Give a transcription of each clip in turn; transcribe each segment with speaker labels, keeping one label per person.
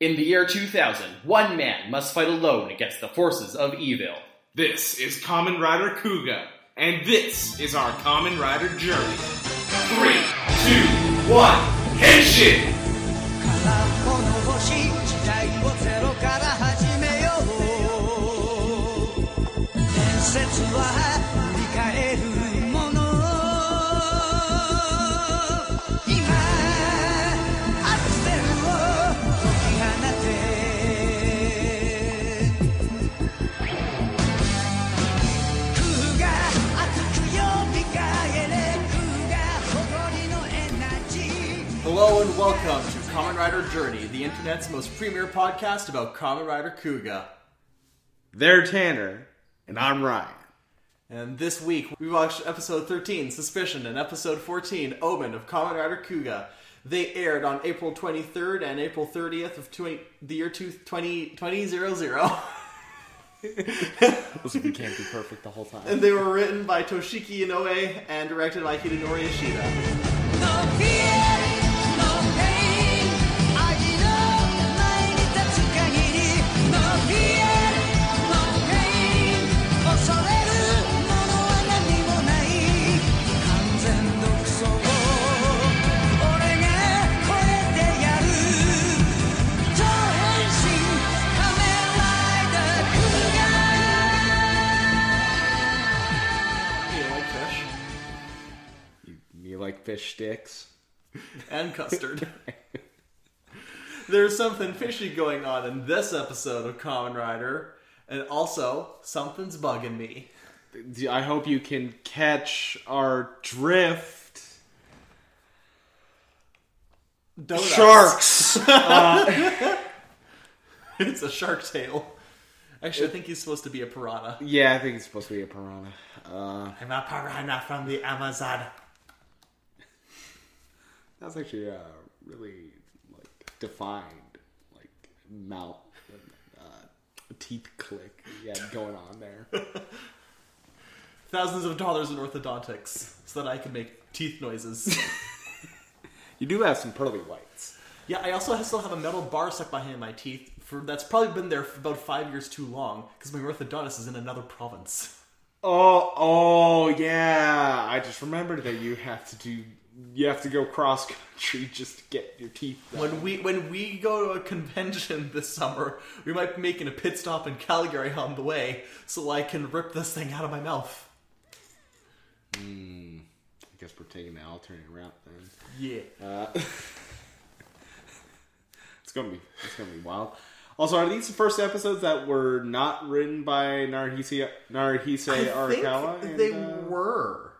Speaker 1: In the year 2000, one man must fight alone against the forces of evil.
Speaker 2: This is Common Rider Kuga, and this is our Common Rider journey. Three, two, one, Henshin!
Speaker 3: 空っぽの星時代をゼロから始めよう伝説は振り返るもの今アクセルを解き放て空が熱くよみがえれ空が誇りのエナジー
Speaker 4: Hello and welcome to Common Rider Journey, the internet's most premier podcast about Common Rider Kuga.
Speaker 5: They're Tanner, and I'm Ryan.
Speaker 4: And this week we watched episode 13, Suspicion, and episode 14, Omen of Common Rider Kuga. They aired on April 23rd and April 30th of 20, the year 2 20, 2000.
Speaker 6: Listen, we can't be perfect the whole time.
Speaker 4: and they were written by Toshiki Inoue and directed by Hidenori Ishida.
Speaker 3: No fear, no pain. I know my little Kagiri. No fear, no pain. Oshireru mono wa nani mo nai. Kanzen dokusho wo ore ga koete yaru. Jouhenshin Kamen Rider Kuga.
Speaker 4: Hey, you like fish?
Speaker 5: You, you like fish sticks?
Speaker 4: And custard. There's something fishy going on in this episode of Common Rider, and also something's bugging me.
Speaker 5: D- I hope you can catch our drift.
Speaker 4: Donuts.
Speaker 5: Sharks!
Speaker 4: It's a shark tail. Actually, I think he's supposed to be a piranha.
Speaker 5: yeah, I think it's supposed to be a piranha. Uh,
Speaker 4: I'm a piranha from the Amazon.
Speaker 5: that's actually a really like defined like mouth uh, teeth click you had going on there.
Speaker 4: Thousands of dollars in orthodontics so that I can make teeth noises.
Speaker 5: You do have some pearly whites.
Speaker 4: yeah, I also still have a metal bar stuck behind my teeth. For that's probably been there for about five years too long because my orthodontist is in another province.
Speaker 5: Oh, oh yeah! I just remembered that you have to do you have to go cross country just to get your teeth. done.
Speaker 4: When we when we go to a convention this summer, we might be making a pit stop in Calgary on the way, so I can rip this thing out of my mouth.
Speaker 5: I guess we're taking the alternate route then.
Speaker 4: Yeah.
Speaker 5: It's gonna be it's gonna be wild. Also, are these the first episodes that were not written by Narhise Narhise
Speaker 4: I think
Speaker 5: Arakawa? and,
Speaker 4: they
Speaker 5: uh,
Speaker 4: were.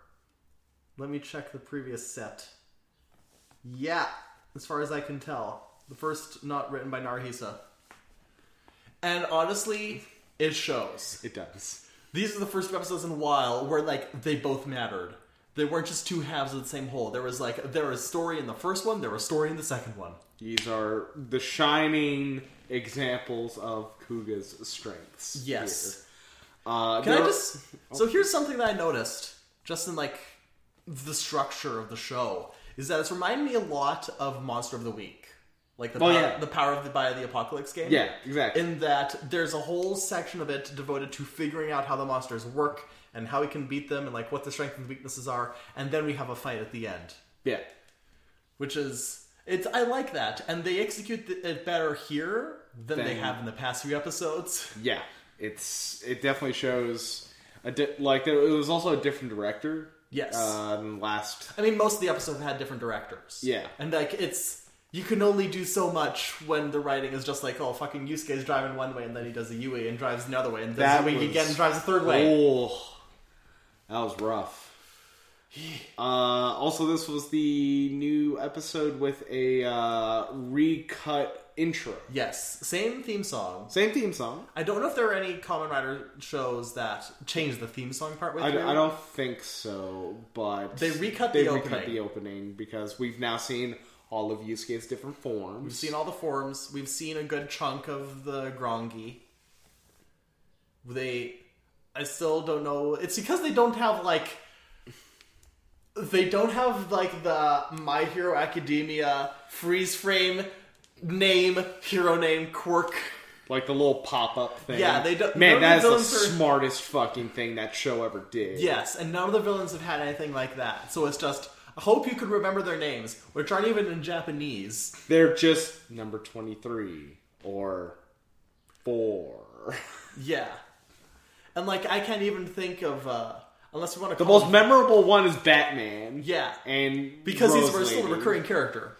Speaker 4: Let me check the previous set. Yeah, as far as I can tell, the first not written by Narhisa. And honestly, it shows.
Speaker 5: It does.
Speaker 4: These are the first episodes in a while where like they both mattered. They weren't just two halves of the same whole. There was like there was story in the first one, there was story in the second one.
Speaker 5: These are the shining examples of Kuga's strengths.
Speaker 4: Yes.
Speaker 5: here. Uh,
Speaker 4: Can
Speaker 5: there
Speaker 4: I
Speaker 5: are-
Speaker 4: just? So here's something that I noticed, just in like the structure of the show, is that it's reminding me a lot of Monster of the Week, like the
Speaker 5: Well,
Speaker 4: power,
Speaker 5: Oh, yeah.
Speaker 4: the Power of the by the Apocalypse game.
Speaker 5: Yeah, exactly.
Speaker 4: In that there's a whole section of it devoted to figuring out how the monsters work and how we can beat them and like what the strengths and weaknesses are, and then we have a fight at the end,
Speaker 5: Yeah.
Speaker 4: which is it's I like that, and they execute th- it better here than they
Speaker 5: Than-
Speaker 4: have in the past few episodes.
Speaker 5: Yeah. It's it definitely shows a di- like there, it was also a different director.
Speaker 4: Yes.
Speaker 5: Uh, than last
Speaker 4: I mean, most of the episodes had different directors.
Speaker 5: Yeah.
Speaker 4: And, like, it's. You can only do so much when the writing is just like, oh, fucking Yusuke is driving one way and then he does a Yui and drives another way and does
Speaker 5: That
Speaker 4: a Yui
Speaker 5: was-
Speaker 4: again and drives a third way.
Speaker 5: Oh, that was rough. Uh, also, this was the new episode with a uh, recut intro.
Speaker 4: Yes. Same theme song.
Speaker 5: Same theme song.
Speaker 4: I don't know if there are any Common Rider shows that change the theme song part with
Speaker 5: I, I don't think so, but
Speaker 4: They recut
Speaker 5: they
Speaker 4: the
Speaker 5: recut
Speaker 4: opening.
Speaker 5: the opening because we've now seen all of Yusuke's different forms.
Speaker 4: We've seen all the forms. We've seen a good chunk of the Grongi. They, I still don't know. It's because they don't have like, they don't have like the My Hero Academia freeze frame name, hero name, quirk.
Speaker 5: Like the little pop up thing.
Speaker 4: Yeah, they don't-
Speaker 5: Man,
Speaker 4: none
Speaker 5: that is
Speaker 4: of the
Speaker 5: the
Speaker 4: villains are-
Speaker 5: smartest fucking thing that show ever did.
Speaker 4: Yes, and none of the villains have had anything like that. So it's just, I hope you can remember their names, which aren't even in Japanese.
Speaker 5: They're just number 23 or 4.
Speaker 4: Yeah. And like, I can't even think of, uh, unless we want to
Speaker 5: The
Speaker 4: call
Speaker 5: most
Speaker 4: him-
Speaker 5: memorable one is Batman.
Speaker 4: Yeah.
Speaker 5: And
Speaker 4: Because he's
Speaker 5: Rose
Speaker 4: still
Speaker 5: Lady.
Speaker 4: a recurring character.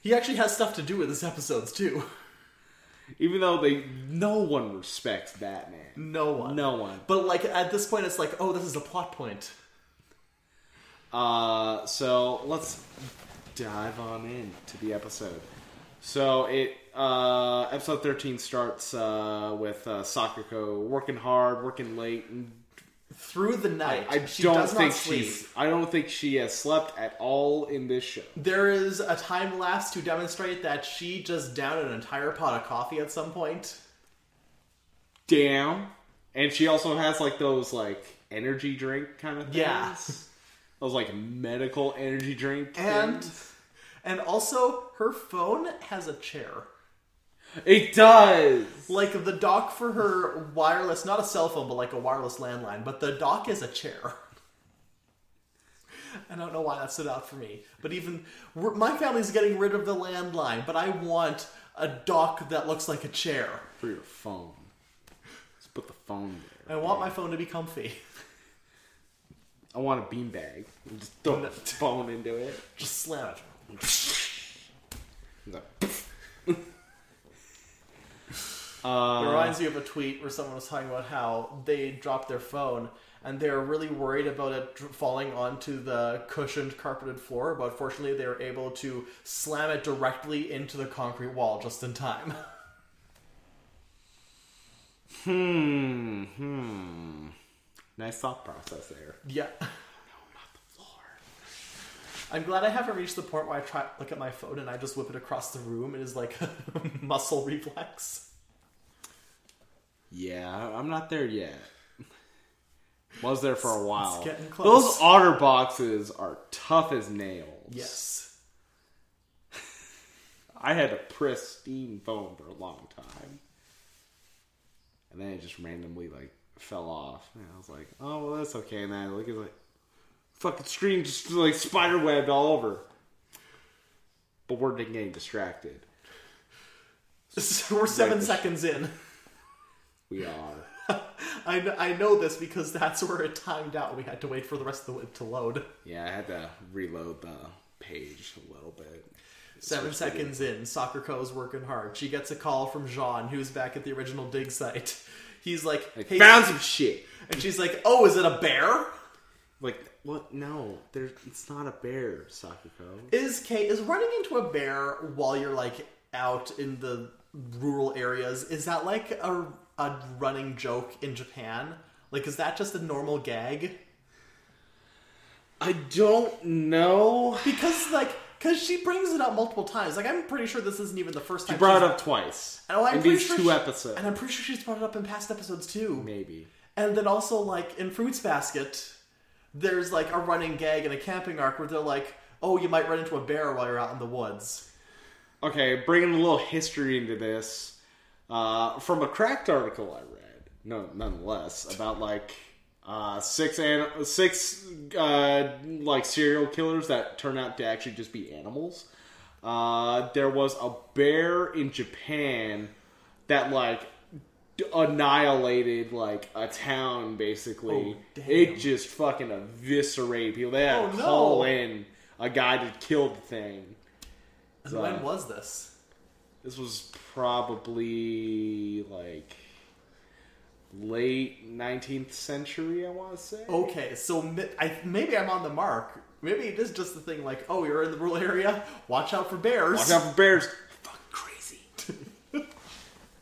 Speaker 4: He actually has stuff to do with his episodes too.
Speaker 5: Even though they no one respects Batman.
Speaker 4: No one.
Speaker 5: No one.
Speaker 4: But like at this point, it's like, oh, this is a plot point.
Speaker 5: Uh, so let's dive on in to the episode. So it uh, episode thirteen starts uh, with uh, Sakako working hard, working late. And
Speaker 4: Through the night,
Speaker 5: I
Speaker 4: she
Speaker 5: don't
Speaker 4: does
Speaker 5: think
Speaker 4: not sleep.
Speaker 5: she's. I don't think she has slept at all in this show.
Speaker 4: There is a time lapse to demonstrate that she just downed an entire pot of coffee at some point.
Speaker 5: Damn. And she also has like those like energy drink kind of things.
Speaker 4: Yeah.
Speaker 5: Those like medical energy drink
Speaker 4: And-
Speaker 5: things.
Speaker 4: And also, her phone has a chair.
Speaker 5: it does.
Speaker 4: Like the dock for her wireless, not a cell phone, but like a wireless landline, but the dock is a chair. I don't know why that stood out for me. But even we're, my family's getting rid of the landline, but I want a dock that looks like a chair.
Speaker 5: For your phone. Let's put the phone there.
Speaker 4: I want my phone to be comfy.
Speaker 5: I want a beanbag. and Just throw the phone into it.
Speaker 4: Just slam it.
Speaker 5: It's like, uh,
Speaker 4: It reminds me of a tweet where someone was talking about how they dropped their phone and they were really worried about it dr- falling onto the cushioned carpeted floor, but fortunately they were able to slam it directly into the concrete wall just in time.
Speaker 5: hmm, hmm. Nice thought process there.
Speaker 4: yeah. I'm glad I haven't reached the point where I try look at my phone and I just whip it across the room. It is like muscle reflex.
Speaker 5: Yeah, I'm not there yet. Was there for a while.
Speaker 4: getting
Speaker 5: Those
Speaker 4: close.
Speaker 5: otter boxes are tough as nails.
Speaker 4: Yes.
Speaker 5: I had a pristine phone for a long time. And then it just randomly like fell off. And I was like, oh well that's okay and then I look at like fucking screen just like spider webbed all over. But we're getting distracted.
Speaker 4: we're seven
Speaker 5: Right.
Speaker 4: seconds in.
Speaker 5: We are.
Speaker 4: I, kn- I know this because that's where it timed out. We had to wait for the rest of the web to load.
Speaker 5: yeah, I had to reload the page a little bit.
Speaker 4: Seven
Speaker 5: Switch video.
Speaker 4: seconds in, Soccer Co is working hard. She gets a call from Jean, who's back at the original dig site. He's like,
Speaker 5: Like,
Speaker 4: "Hey,"
Speaker 5: found some shit.
Speaker 4: and she's like, "Oh, is it a bear?
Speaker 5: Like what? No, there's. It's not a bear, Sakako.
Speaker 4: Is K is running into a bear while you're like out in the rural areas? Is that like a a running joke in Japan? Like, is that just a normal gag?
Speaker 5: I don't know.
Speaker 4: Because like, because she brings it up multiple times. Like, I'm pretty sure this isn't even the first time
Speaker 5: Brought it
Speaker 4: she's-
Speaker 5: up twice
Speaker 4: And I'm
Speaker 5: in
Speaker 4: pretty
Speaker 5: these
Speaker 4: sure
Speaker 5: two
Speaker 4: she-
Speaker 5: episodes,
Speaker 4: and I'm pretty sure she's brought it up in past episodes too.
Speaker 5: maybe.
Speaker 4: And then also, like, in Fruits Basket, there's, like, a running gag in a camping arc where they're like, oh, you might run into a bear while you're out in the woods.
Speaker 5: Okay, bringing a little history into this uh, from a cracked article I read. No, nonetheless, about like uh, six an- six uh, like serial killers that turn out to actually just be animals. Uh, there was a bear in Japan that like d- annihilated like a town basically.
Speaker 4: Oh, damn.
Speaker 5: It just fucking eviscerated people. They had
Speaker 4: Oh,
Speaker 5: to
Speaker 4: no.
Speaker 5: call in a guy to kill the thing.
Speaker 4: And
Speaker 5: So-
Speaker 4: when was this?
Speaker 5: this was probably like late 19th century, I want to say.
Speaker 4: Okay, so mi- I, maybe I'm on the mark. Maybe it is just the thing, like, oh, you're in the rural area, watch out for bears.
Speaker 5: Watch out for bears. Fuck crazy.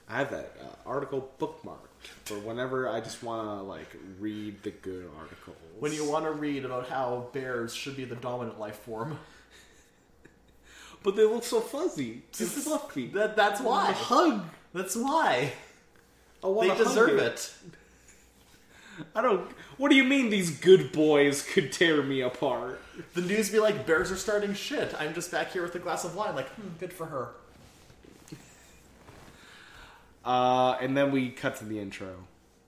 Speaker 5: I have that uh, article bookmarked for whenever I just want to like read the good articles.
Speaker 4: When you want to read about how bears should be the dominant life form,
Speaker 5: but they look so fuzzy, and fluffy.
Speaker 4: that that's
Speaker 5: a
Speaker 4: why.
Speaker 5: hug.
Speaker 4: That's why
Speaker 5: I wanna
Speaker 4: they
Speaker 5: hug
Speaker 4: deserve it.
Speaker 5: I don't. What do you mean these good boys could tear me apart?
Speaker 4: The news be like, bears are starting shit. I'm just back here with a glass of wine, like, hmm, good for her.
Speaker 5: Uh, and then we cut to the intro.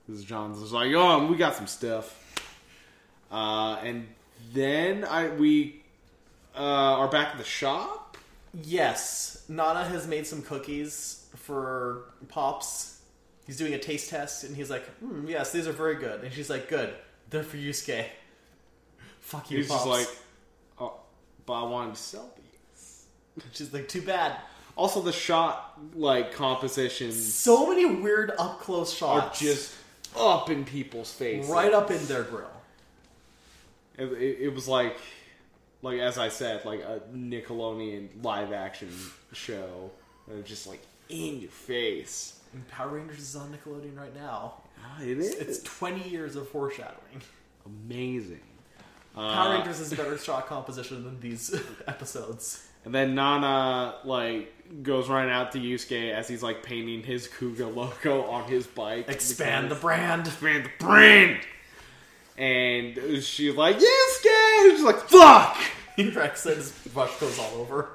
Speaker 5: Because John's was like, oh, we got some stuff. Uh, and then I we uh, are back at the shop.
Speaker 4: Yes, Nana has made some cookies for Pops. He's doing a taste test, and he's like, hmm, "Yes, these are very good." And she's like, "Good, they're for Yusuke." Fuck you,
Speaker 5: He's
Speaker 4: Pops.
Speaker 5: just like, oh, but I wanted to sell these.
Speaker 4: she's like, "Too bad."
Speaker 5: Also, the shot like compositions
Speaker 4: So many weird up close
Speaker 5: are
Speaker 4: shots,
Speaker 5: just up in people's faces.
Speaker 4: right up in their grill.
Speaker 5: It, it, it was like, like as I said, like a Nickelodeon live action show. And it's just like in your face.
Speaker 4: And Power Rangers is on Nickelodeon right now.
Speaker 5: Ah, it is.
Speaker 4: It's 20 years of foreshadowing.
Speaker 5: amazing. Uh,
Speaker 4: Power Rangers is a better shot composition than these episodes.
Speaker 5: And then Nana like goes running out to Yusuke as he's like painting his Kuga logo on his bike.
Speaker 4: Expand the
Speaker 5: Because-
Speaker 4: brand.
Speaker 5: expand the brand. And she's like Yusuke. And she's like fuck.
Speaker 4: Rex says brush goes all over.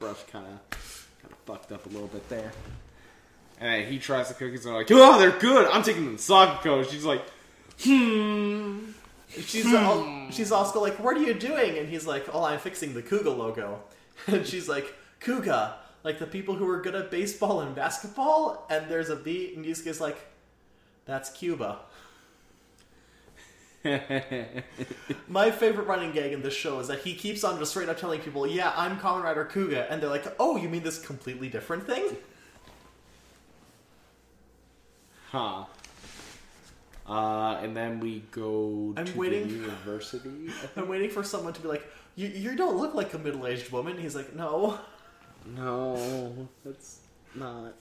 Speaker 5: Brush kind of kind of fucked up a little bit there. And he tries the cookies and they're like, oh, they're good. I'm taking them to Sakako. She's like, hmm.
Speaker 4: She's al- she's also like, "What are you doing?" And he's like, "Oh, I'm fixing the Kuga logo." And she's like, "Kuga, like the people who are good at baseball and basketball." And there's a beat, and Yusuke's like, "That's Cuba." My favorite running gag in this show is that he keeps on just straight up telling people, "Yeah, I'm Kamen Rider Kuga," and they're like, "Oh, you mean this completely different thing?"
Speaker 5: Huh. Uh, and then we go
Speaker 4: I'm
Speaker 5: to
Speaker 4: waiting.
Speaker 5: the university.
Speaker 4: I'm waiting for someone to be like, "You you don't look like a middle aged woman." He's like, "No,
Speaker 5: No, that's not.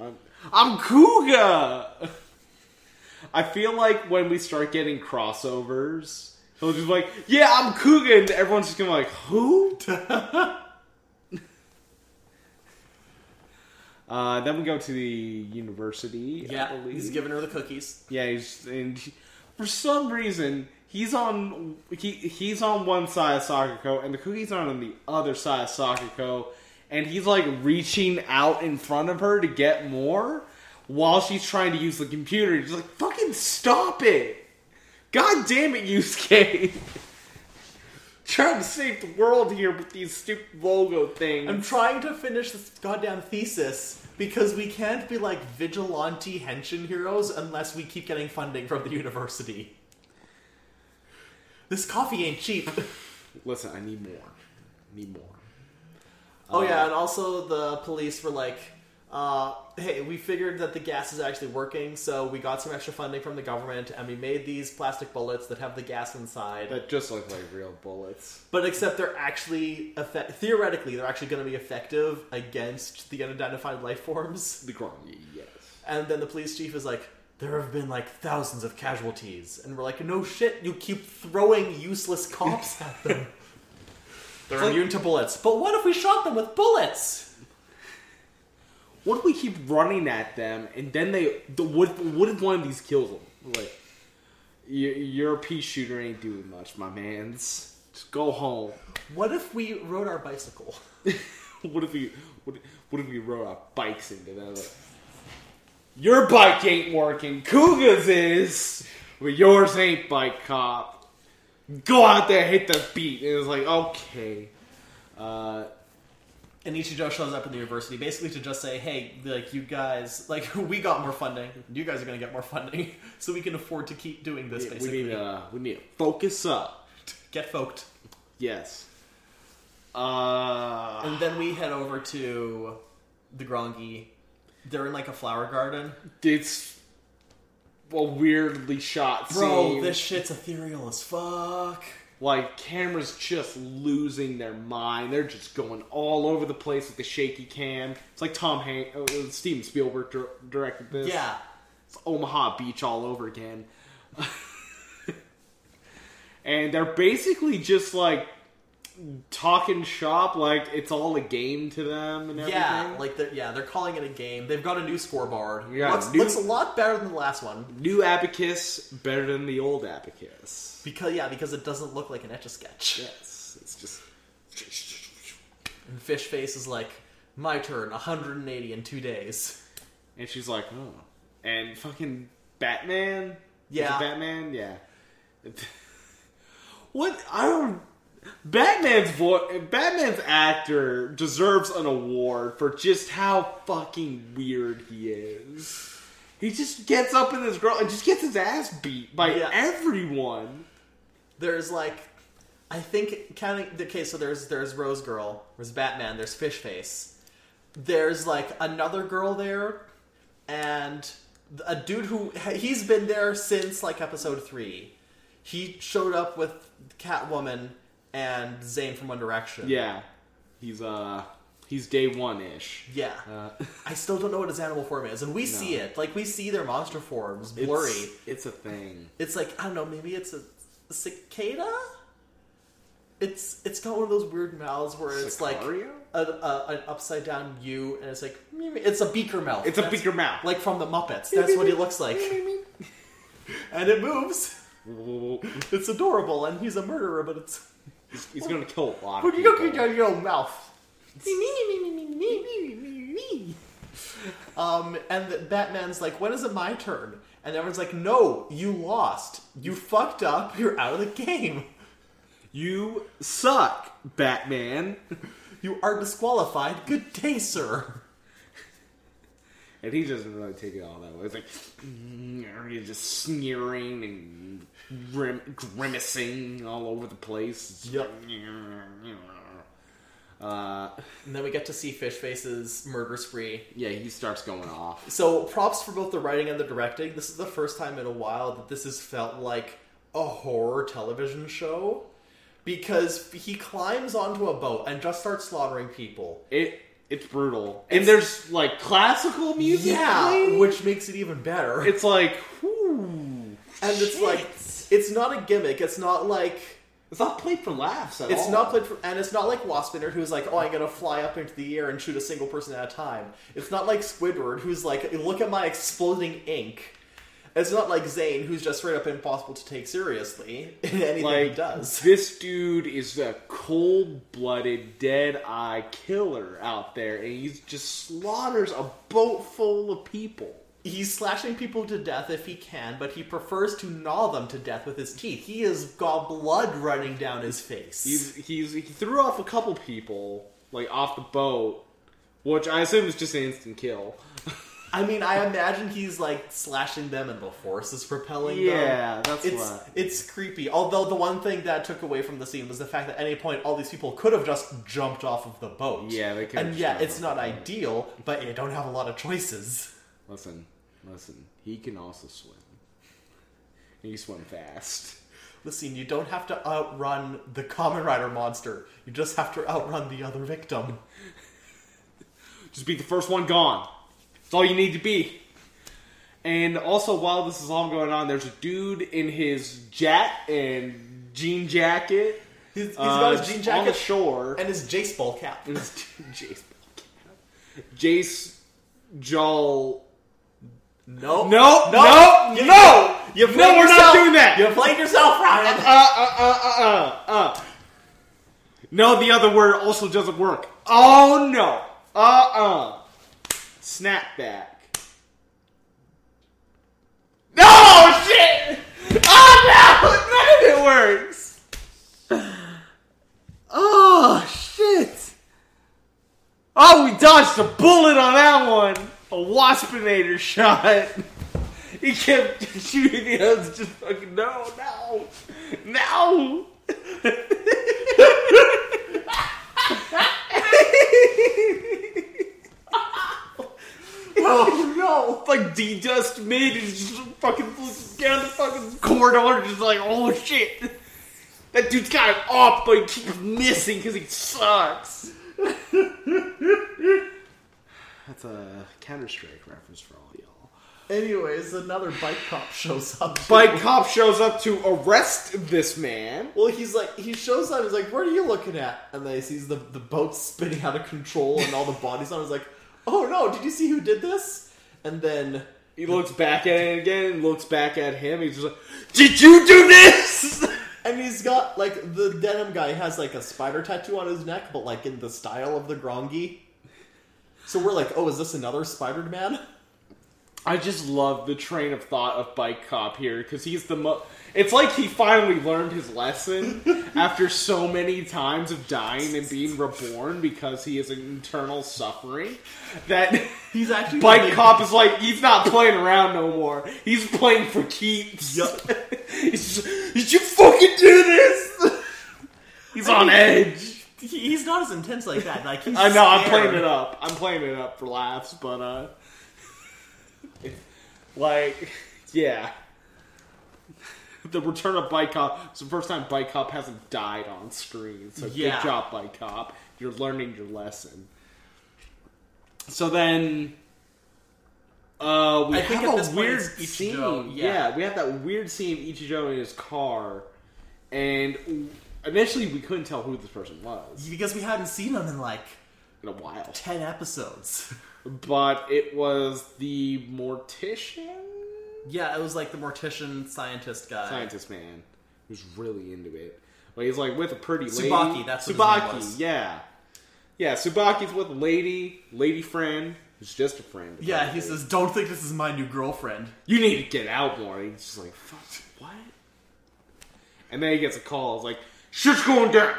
Speaker 5: I'm, I'm Kuga! I feel like when we start getting crossovers, he'll just be like, yeah, I'm Kuga, and everyone's just gonna be like, who? uh, then we go to the university. I
Speaker 4: yeah."
Speaker 5: believe.
Speaker 4: He's giving her the cookies.
Speaker 5: Yeah, he's, and he- for some reason he's on he he's on one side of Sakako and the cookie's on, on the other side of Sakako, and he's like reaching out in front of her to get more while she's trying to use the computer. He's like, "Fucking stop it! God damn it, Yusuke!" Trying to save the world here with these stupid logo things.
Speaker 4: I'm trying to finish this goddamn thesis because we can't be like vigilante henshin heroes unless we keep getting funding from the university. This coffee ain't cheap.
Speaker 5: Listen, I need more. I need more.
Speaker 4: oh yeah, and also the police were like, uh, "Hey, we figured that the gas is actually working, so we got some extra funding from the government, and we made these plastic bullets that have the gas inside."
Speaker 5: That just looks like real bullets.
Speaker 4: But except they're actually effect- theoretically they're actually going to be effective against the unidentified life forms.
Speaker 5: The Grongi, yes.
Speaker 4: And then the police chief is like, "There have been like thousands of casualties," and we're like, "No shit, you keep throwing useless cops at them. they're immune to bullets. But what if we shot them with bullets?"
Speaker 5: What if we keep running at them and then they the what if, what if one of these kills them? Like your European shooter ain't doing much, my man's. Just go home.
Speaker 4: What if we rode our bicycle?
Speaker 5: what if we what, what if we rode our bikes into them? Like, your bike ain't working. Kuga's is, but yours ain't, bike cop. Go out there, hit the beat. And it's like okay. Uh,
Speaker 4: And Ichijo shows up in the university basically to just say, "Hey, like you guys, like we got more funding. You guys are going to get more funding, so we can afford to keep doing this.
Speaker 5: we
Speaker 4: basically,
Speaker 5: need uh, we need to focus up.
Speaker 4: get folked."
Speaker 5: Yes. Uh,
Speaker 4: And then we head over to the Grongi. They're in like a flower garden.
Speaker 5: it's a weirdly shot
Speaker 4: Bro,
Speaker 5: scene.
Speaker 4: this shit's ethereal as fuck.
Speaker 5: like cameras just losing their mind. They're just going all over the place with the shaky cam. It's like Tom Hanks, uh, Steven Spielberg dir- directed this.
Speaker 4: Yeah.
Speaker 5: it's Omaha Beach all over again. and they're basically just like talking shop, like it's all a game to them and everything.
Speaker 4: Yeah, like they're, yeah, they're calling it a game. They've got a new scoreboard.
Speaker 5: Yeah,
Speaker 4: looks,
Speaker 5: new-
Speaker 4: looks a lot better than the last one
Speaker 5: New abacus better than the old abacus.
Speaker 4: because yeah, because it doesn't look like an etch a sketch.
Speaker 5: Yes, it's just.
Speaker 4: And Fish Face is like, my turn, 180 in two days.
Speaker 5: and she's like, oh, and fucking Batman, Is it
Speaker 4: Yeah.
Speaker 5: Batman, yeah. what I don't. Batman's voice, Batman's actor deserves an award for just how fucking weird he is. He just gets up in this girl and just gets his ass beat by
Speaker 4: Yeah.
Speaker 5: everyone.
Speaker 4: There's like, I think counting. Okay, so there's there's Rose Girl, there's Batman, there's Fish Face, there's like another girl there, and a dude who he's been there since like episode three. He showed up with Catwoman and Zayn from One Direction.
Speaker 5: Yeah, he's uh, he's day one ish.
Speaker 4: Yeah.
Speaker 5: Uh,
Speaker 4: I still don't know what his animal form is, and we see it. Like we see their monster forms
Speaker 5: it's-
Speaker 4: blurry.
Speaker 5: It's a thing.
Speaker 4: It's like I don't know, maybe it's a cicada. It's it's got one of those weird mouths where it's
Speaker 5: Sicario?
Speaker 4: like a, a, an upside down U, and it's like meow, meow. it's a beaker mouth.
Speaker 5: It's a
Speaker 4: That's-
Speaker 5: bigger mouth.
Speaker 4: like from the Muppets. That's what he looks like, and it moves. It's adorable, and he's a murderer, but it's
Speaker 5: He's gonna kill a lot. Of
Speaker 4: what do you
Speaker 5: people.
Speaker 4: got your mouth? Um, and the, Batman's like, when is it my turn? And everyone's like, no, you lost. You fucked up. You're out of the game.
Speaker 5: You suck, Batman.
Speaker 4: You are disqualified. Good day, sir.
Speaker 5: And he doesn't really take it all that way. It's like mm, he's just sneering and grim- grimacing all over the place.
Speaker 4: Yep.
Speaker 5: Uh,
Speaker 4: And then we get to see Fish Face's murder spree.
Speaker 5: yeah, he starts going off.
Speaker 4: So props for both the writing and the directing. This is the first time in a while that this has felt like a horror television show. Because he climbs onto a boat and just starts slaughtering people.
Speaker 5: It it's brutal, and there's like classical music.
Speaker 4: Yeah,
Speaker 5: playing.
Speaker 4: which makes it even better.
Speaker 5: it's like, whew.
Speaker 4: and it's like it's not a gimmick. It's not like
Speaker 5: it's not played for laughs at
Speaker 4: it's
Speaker 5: all.
Speaker 4: not played for, and it's not like Waspinner who's like, oh, I'm gonna fly up into the air and shoot a single person at a time. It's not like Squidward who's like, look at my exploding ink. It's not like Zane who's just straight up impossible to take seriously in anything he
Speaker 5: like
Speaker 4: does.
Speaker 5: this dude is a cold-blooded dead-eye killer out there and he just slaughters a boat full of people
Speaker 4: He's slashing people to death if he can, but he prefers to gnaw them to death with his teeth. He has got blood running down his face.
Speaker 5: he's he's he threw off a couple people like off the boat which i assume is just an instant kill
Speaker 4: I mean, I imagine he's like slashing them, and the force is propelling them.
Speaker 5: Yeah, that's
Speaker 4: it's
Speaker 5: what-
Speaker 4: it's creepy. Although the one thing that I took away from the scene was the fact that at any point all these people could have just jumped off of the boat.
Speaker 5: Yeah, they could
Speaker 4: And
Speaker 5: have
Speaker 4: yeah,
Speaker 5: jumped
Speaker 4: it's
Speaker 5: off
Speaker 4: not
Speaker 5: the boat.
Speaker 4: ideal, but you don't have a lot of choices.
Speaker 5: listen listen he can also swim he can swim fast
Speaker 4: Listen, you don't have to outrun the common rider monster. You just have to outrun the other victim.
Speaker 5: Just be the first one gone. That's all you need to be. And also, while this is all going on, there's a dude in his jack and jean jacket.
Speaker 4: He's, he's
Speaker 5: uh,
Speaker 4: got his jean
Speaker 5: on the
Speaker 4: jacket
Speaker 5: shore.
Speaker 4: and his Jace ball cap.
Speaker 5: And his Jace, Jace Jol.
Speaker 4: No,
Speaker 5: No, no,
Speaker 4: you-
Speaker 5: no!
Speaker 4: You
Speaker 5: No,
Speaker 4: played
Speaker 5: we're not
Speaker 4: yourself-
Speaker 5: doing that.
Speaker 4: You played yourself, Ryan.
Speaker 5: Uh, uh, uh, uh, uh, uh. No, the other word also doesn't work. Oh no! Uh, uh. Snapback. No shit! Oh no! None of it works. Oh shit! Oh, we dodged a bullet on that one. A waspinator shot. He kept shooting the others, just fucking no, no, no. oh no! It's like D dust mid and just fucking down the fucking corridor, just like oh shit. That dude's got it off, but he keeps missing because he sucks. That's a Counter Strike reference for all y'all.
Speaker 4: Anyways, another bike cop shows up.
Speaker 5: Bike cop shows up to arrest this man.
Speaker 4: Well, he's like, he shows up. He's like, "What are you looking at?" And then he sees the the boat spinning out of control and all the bodies on. it. He's like, "Oh no! Did you see who did this?" And then
Speaker 5: He looks back at it again and looks back at him. He's just like, Did you do this?
Speaker 4: and he's got like the denim guy has like a spider tattoo on his neck, but like in the style of the Grongi. So we're like, "Oh, is this another Spider Man?"
Speaker 5: I just love the train of thought of Bike Cop here because he's the mo. It's like he finally learned his lesson after so many times of dying and being reborn because he is an internal suffering that
Speaker 4: He's actually
Speaker 5: Bike Cop is like he's not playing around no more. He's playing for keeps.
Speaker 4: Yup.
Speaker 5: He's just, Did you fucking do this? he's on edge.
Speaker 4: He- He's not as intense like that. Like he's
Speaker 5: I know. I'm
Speaker 4: scared.
Speaker 5: playing it up. I'm playing it up for laughs, but uh, it's like, yeah, the return of Bike Cop. It's the first time Bike Cop hasn't died on screen. So
Speaker 4: Yeah.
Speaker 5: good job, Bike Cop. You're learning your lesson. So then, uh, we
Speaker 4: I think at
Speaker 5: have
Speaker 4: this
Speaker 5: a
Speaker 4: point
Speaker 5: weird
Speaker 4: it's Ichijo,
Speaker 5: scene.
Speaker 4: yeah.
Speaker 5: yeah, we have that weird scene of Ichijo in his car, and initially we couldn't tell who this person was
Speaker 4: because we hadn't seen him in like
Speaker 5: in a while.
Speaker 4: ten episodes.
Speaker 5: but it was the mortician
Speaker 4: yeah, it was like the mortician scientist guy.
Speaker 5: scientist man who's really into it. Well, he's like with a pretty lady.
Speaker 4: Tsubaki, that's what his
Speaker 5: Subaki.
Speaker 4: name was.
Speaker 5: Yeah, yeah. Subaki's with a lady, lady friend who's just a friend.
Speaker 4: Yeah, he
Speaker 5: apparently.
Speaker 4: says, "Don't think this is my new girlfriend."
Speaker 5: "You need to get out more." He's just like, "Fuck what?" And then he gets a call. It's like, "Shit's going down."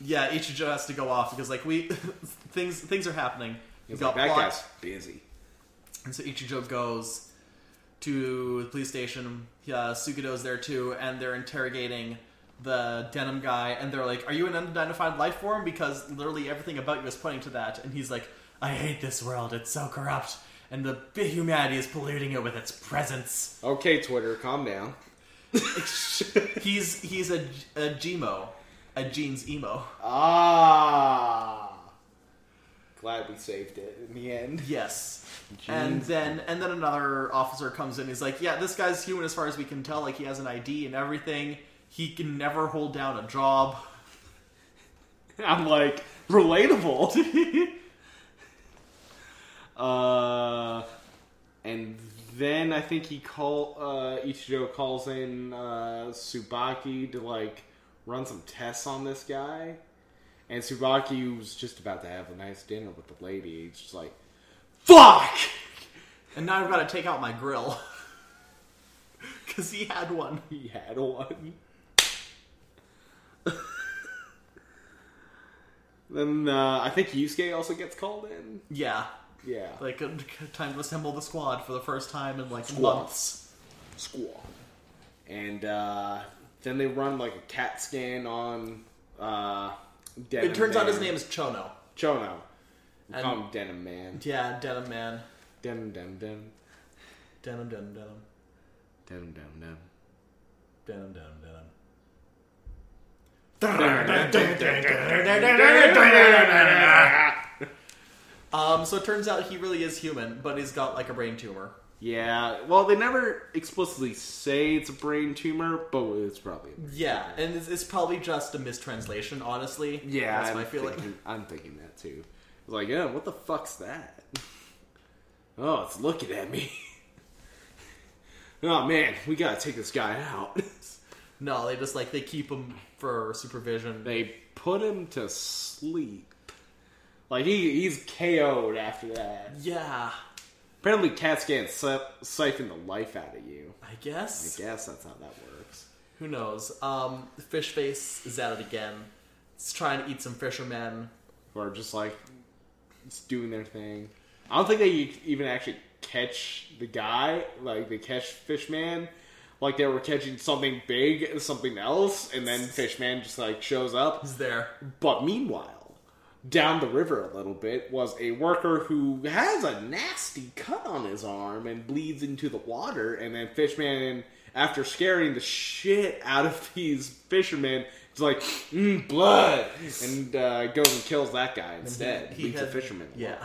Speaker 4: Yeah, Ichijo has to go off because like we things things are happening.
Speaker 5: He's
Speaker 4: We got
Speaker 5: like, "That
Speaker 4: blocked.
Speaker 5: guy's busy."
Speaker 4: And so Ichijo goes to the police station. Yeah, Sukido's there too, and they're interrogating the denim guy. And they're like, "Are you an unidentified life form?" Because literally everything about you is pointing to that. And he's like, "I hate this world. It's so corrupt, and the big humanity is polluting it with its presence."
Speaker 5: Okay, Twitter, calm down.
Speaker 4: he's he's a a Gmo, a jeans emo.
Speaker 5: Ah, glad we saved it in the end.
Speaker 4: Yes. And then and then another officer comes in. He's like, "Yeah, this guy's human as far as we can tell. Like he has an ID and everything. He can never hold down a job."
Speaker 5: I'm like, relatable. uh, and then I think he call uh, Ichijo calls in uh, Subaki to like run some tests on this guy, and Subaki was just about to have a nice dinner with the lady. He's just like, "Fuck!"
Speaker 4: And now I've got to take out my grill because he had one.
Speaker 5: He had one. then uh, I think Yusuke also gets called in.
Speaker 4: Yeah,
Speaker 5: Yeah,
Speaker 4: like uh, time to assemble the squad for the first time in like
Speaker 5: Squad.
Speaker 4: months.
Speaker 5: squad. And uh, then they run like a cat scan on uh, Denim
Speaker 4: It turns
Speaker 5: man.
Speaker 4: out his name is Chono.
Speaker 5: Chono. We
Speaker 4: And-
Speaker 5: call him Denim Man.
Speaker 4: Yeah, denim man,
Speaker 5: Denim, denim, denim.
Speaker 4: denim, denim, denim,
Speaker 5: Denim, denim, denim.
Speaker 4: denim, denim, denim. Um, so it turns out he really is human, but he's got like a brain tumor.
Speaker 5: Yeah, well, they never explicitly say it's a brain tumor, but it's probably.
Speaker 4: Yeah, and it's, it's probably just a mistranslation, honestly.
Speaker 5: Yeah,
Speaker 4: that's
Speaker 5: I'm
Speaker 4: my feeling.
Speaker 5: Thinking, I'm thinking that too. It's like, yeah, what the fuck's that? Oh, it's looking at me. oh man, we gotta take this guy out.
Speaker 4: No, they just like they keep him for supervision.
Speaker 5: they put him to sleep. Like he, he's KO'd after that.
Speaker 4: yeah,
Speaker 5: Apparently, CAT scans sip- siphon the life out of you.
Speaker 4: I
Speaker 5: I
Speaker 4: guess.
Speaker 5: guess that's how that works.
Speaker 4: Who knows? Um, fish face is at it again. It's trying to eat some fishermen.
Speaker 5: Who are just like just doing their thing. I don't think they e-, even actually catch the guy. Like they catch Fishman. Like they were catching something big and something else, and then Fishman just like shows up.
Speaker 4: He's there.
Speaker 5: But meanwhile, down the river a little bit was a worker who has a nasty cut on his arm and bleeds into the water. And then Fishman, after scaring the shit out of these fishermen, is like, mm, blood! And uh, goes and kills that guy instead.
Speaker 4: He
Speaker 5: leaves
Speaker 4: had-
Speaker 5: the fisherman. alone.
Speaker 4: Yeah,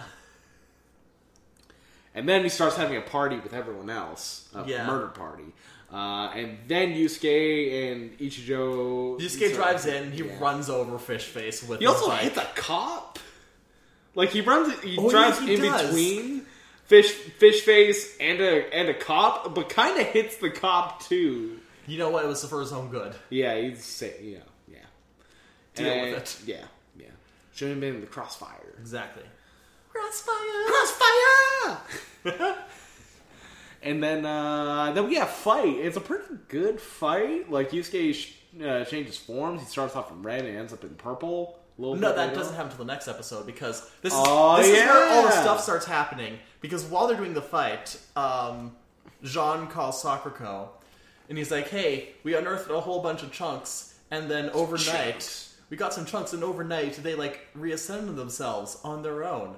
Speaker 5: And then he starts having a party with everyone else, a
Speaker 4: Yeah.
Speaker 5: murder party. Uh, and then Yusuke and Ichijo.
Speaker 4: Yusuke
Speaker 5: sorry.
Speaker 4: drives in. He
Speaker 5: Yeah.
Speaker 4: runs over fish face with.
Speaker 5: He
Speaker 4: his
Speaker 5: also
Speaker 4: bike.
Speaker 5: hits a cop. Like he runs, he
Speaker 4: Oh,
Speaker 5: drives
Speaker 4: yeah, he
Speaker 5: in
Speaker 4: does.
Speaker 5: between fish, fish face, and a and a cop, but kind of hits the cop too.
Speaker 4: You know what? It was for his own good.
Speaker 5: Yeah, he's say, yeah, yeah.
Speaker 4: Deal with
Speaker 5: And-
Speaker 4: it.
Speaker 5: Yeah, yeah. Shouldn't have been in the crossfire.
Speaker 4: Exactly.
Speaker 5: Crossfire. And then, uh, then we have fight. It's a pretty good fight. Like Yusuke sh- uh, changes forms. He starts off in red and ends up in purple. A little
Speaker 4: No,
Speaker 5: bit
Speaker 4: that
Speaker 5: later.
Speaker 4: doesn't happen until the next episode because this is,
Speaker 5: Oh,
Speaker 4: this is where all the
Speaker 5: yeah.
Speaker 4: stuff starts happening. Because while they're doing the fight, um, Jean calls Sakurako and he's like, hey, we unearthed a whole bunch of chunks, and then overnight,
Speaker 5: Chunks.
Speaker 4: we got some chunks, and overnight they like reassembled themselves on their own.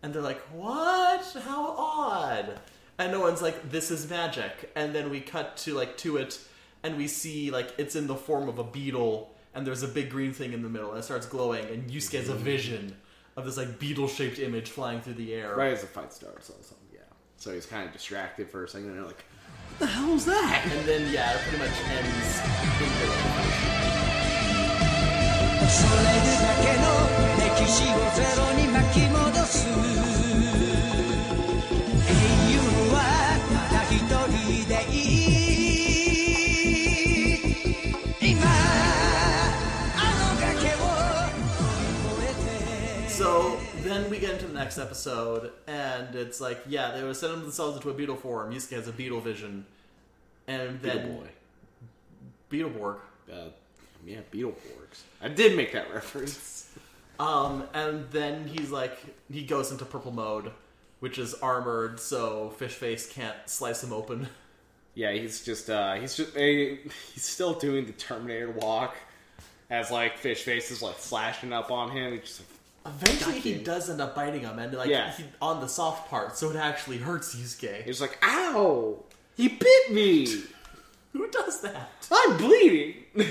Speaker 4: And they're like, what? How odd. And no one's like, this is magic. And then we cut to like to it, and we see like it's in the form of a beetle, and there's a big green thing in the middle, and it starts glowing, and Yusuke has a vision of this like beetle shaped image flying through the air.
Speaker 5: Right as the fight starts, also, yeah. So he's kind of distracted for a second, and they're like, "What the hell was that?"
Speaker 4: And then yeah, it pretty much ends in the
Speaker 3: それだけの歴史をゼロに巻き戻す英雄はただ一人でいい今あの崖を越えて
Speaker 4: So then we get into the next episode, and it's like, yeah, they were sending themselves into a beetle form. Yusuke has a beetle vision, and
Speaker 5: Beetle
Speaker 4: then
Speaker 5: boy.
Speaker 4: Beetleborg.
Speaker 5: Uh, yeah, Beetleborgs. I did make that reference.
Speaker 4: Um, and then he's like, he goes into purple mode, which is armored, so Fish Face can't slice him open.
Speaker 5: Yeah, he's just uh, he's just eh, he's still doing the Terminator walk as like Fish Face is like flashing up on him. He's just like,
Speaker 4: Eventually, he
Speaker 5: Goddamn.
Speaker 4: does end up biting him, and like
Speaker 5: Yeah.
Speaker 4: he, on the soft part, so it actually hurts Yusuke.
Speaker 5: he's like, "Ow! He bit me!
Speaker 4: Who does that?
Speaker 5: I'm bleeding!"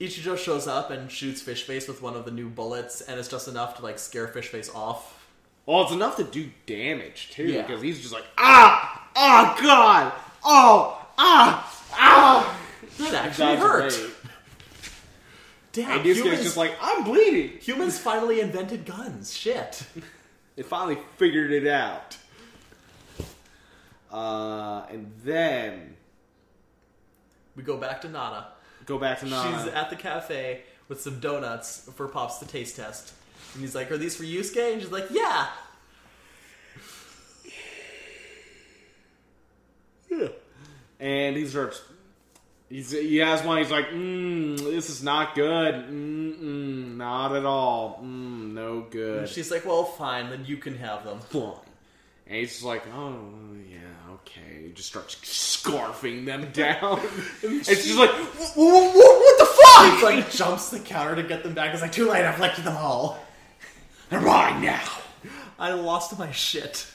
Speaker 4: Ichijo shows up and shoots Fish Face with one of the new bullets, and it's just enough to like scare Fish Face off.
Speaker 5: well, it's enough to do damage too
Speaker 4: Yeah.
Speaker 5: because he's just like, "Ah! Oh God! Oh! Ah! Ah!"
Speaker 4: That actually
Speaker 5: Dodge
Speaker 4: hurt.
Speaker 5: away.
Speaker 4: Damn,
Speaker 5: And this
Speaker 4: humans,
Speaker 5: guy's just like, I'm bleeding.
Speaker 4: humans finally invented guns. Shit.
Speaker 5: They finally figured it out. Uh, and then
Speaker 4: We go back to Nana.
Speaker 5: go back to Nana.
Speaker 4: She's at the cafe with some donuts for Pops to taste test. And he's like, Are these for Yusuke? And she's like, Yeah.
Speaker 5: and he starts. He's, he has one. He's like, mm, "This is not good. Mm-mm, not at all. Mm, no good."
Speaker 4: And she's like, Well, fine, then you can have them.
Speaker 5: flying. And he's just like, "Oh yeah, okay." He just starts scarfing them down. and she's like, "Wh- wh- wh- "What the fuck?"
Speaker 4: It's like jumps the counter to get them back. It's like, Too late, I've collected them all.
Speaker 5: they're mine now.
Speaker 4: I lost my shit.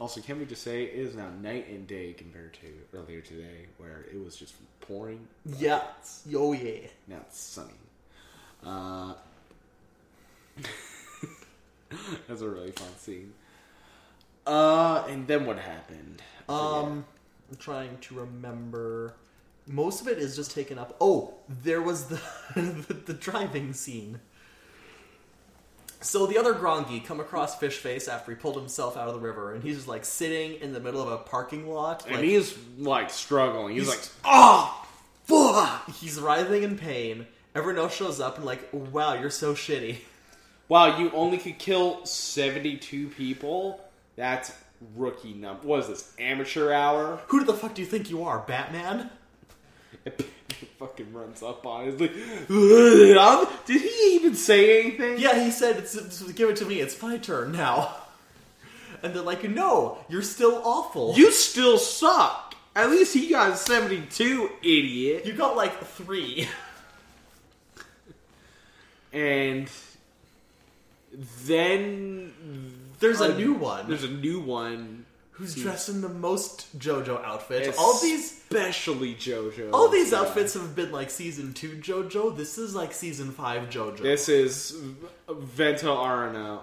Speaker 5: Also, can we just say it is now night and day compared to earlier today, where it was just pouring.
Speaker 4: Yeah. Oh, yeah.
Speaker 5: Now it's sunny. Uh, that's a really fun scene. Uh, and then what happened? Uh,
Speaker 4: Um, I'm trying to remember. Most of it is just taken up. Oh, there was the the, the driving scene. So the other Grongi come across Fish Face after he pulled himself out of the river, and he's just like sitting in the middle of a parking lot.
Speaker 5: and
Speaker 4: like,
Speaker 5: he's like struggling. He's,
Speaker 4: He's-
Speaker 5: like, oh, fuck.
Speaker 4: he's writhing in pain. Everyone else shows up and like, wow, you're so shitty.
Speaker 5: Wow, you only could kill seventy-two people. That's rookie number. What is this? Amateur hour.
Speaker 4: Who the fuck do you think you are, Batman?
Speaker 5: fucking runs up on it. It's like, "Ugh, I'm- did he even say anything?
Speaker 4: Yeah, he said, it's, it's- give it to me. It's my turn now. And they're like, no, you're still awful.
Speaker 5: You still suck. At least he got a 72, idiot.
Speaker 4: You got like three.
Speaker 5: And then
Speaker 4: There's a new one
Speaker 5: there's a new one.
Speaker 4: who's dressed in the most JoJo outfits.
Speaker 5: It's
Speaker 4: All these,
Speaker 5: especially JoJo.
Speaker 4: all these outfits have been like season two JoJo. This is like season five JoJo.
Speaker 5: This is Vento Arano.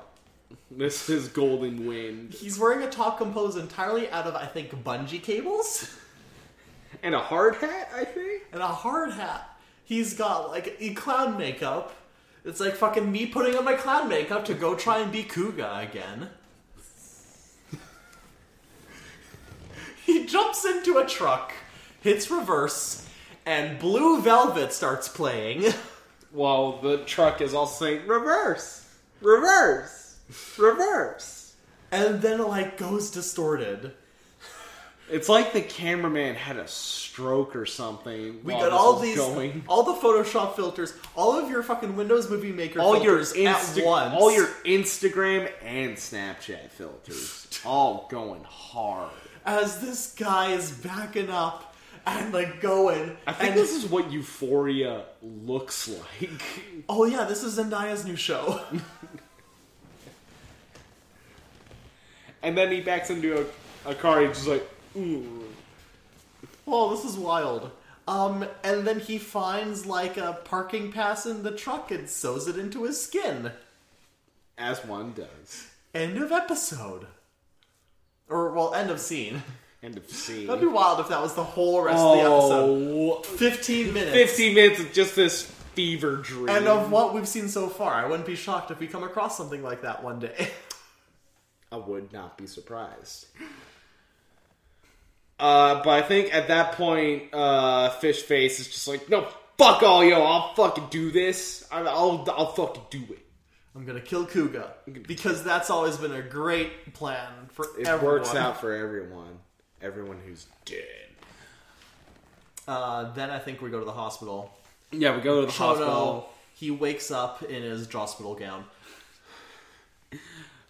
Speaker 5: This is Golden Wind
Speaker 4: He's wearing a top composed entirely out of I think bungee cables
Speaker 5: and a hard hat. I think.
Speaker 4: and a hard hat. He's got like a clown makeup. It's like fucking me putting on my clown makeup to go try and be Kuga again. he jumps into a truck, hits reverse, and Blue Velvet starts playing.
Speaker 5: While the truck is also saying reverse, reverse, reverse.
Speaker 4: and then like goes distorted
Speaker 5: It's like the cameraman had a stroke or something.
Speaker 4: We
Speaker 5: while
Speaker 4: got
Speaker 5: this
Speaker 4: all
Speaker 5: was
Speaker 4: these,
Speaker 5: going.
Speaker 4: all the Photoshop filters, all of your fucking Windows Movie Maker
Speaker 5: all your
Speaker 4: filters
Speaker 5: Insta-
Speaker 4: at once.
Speaker 5: all your Instagram and Snapchat filters, all going hard.
Speaker 4: as this guy is backing up and like going.
Speaker 5: I think
Speaker 4: and,
Speaker 5: this is what Euphoria looks like.
Speaker 4: Oh yeah, this is Zendaya's new show.
Speaker 5: And then he backs into a, a car. He's just like, ooh.
Speaker 4: Whoa,
Speaker 5: Oh,
Speaker 4: this is wild. Um, and then he finds like a parking pass in the truck and sews it into his skin.
Speaker 5: as one does.
Speaker 4: End of episode. Or well, end of scene.
Speaker 5: End of scene.
Speaker 4: That'd be wild if that was the whole rest of the episode.
Speaker 5: Oh,
Speaker 4: Fifteen minutes.
Speaker 5: 15 minutes of just this fever dream.
Speaker 4: And of what we've seen so far, I wouldn't be shocked if we come across something like that one day.
Speaker 5: I would not be surprised. Uh, but I think at that point, uh, Fish Face is just like, no, fuck all yo, I'll fucking do this. I- I'll, I'll fucking do it.
Speaker 4: I'm gonna kill Kuga because that's always been a great plan for
Speaker 5: It
Speaker 4: everyone.
Speaker 5: works out for everyone. Everyone who's dead.
Speaker 4: Uh, then I think we go to the hospital.
Speaker 5: Yeah, we go to the
Speaker 4: Chono,
Speaker 5: hospital.
Speaker 4: he wakes up in his hospital gown.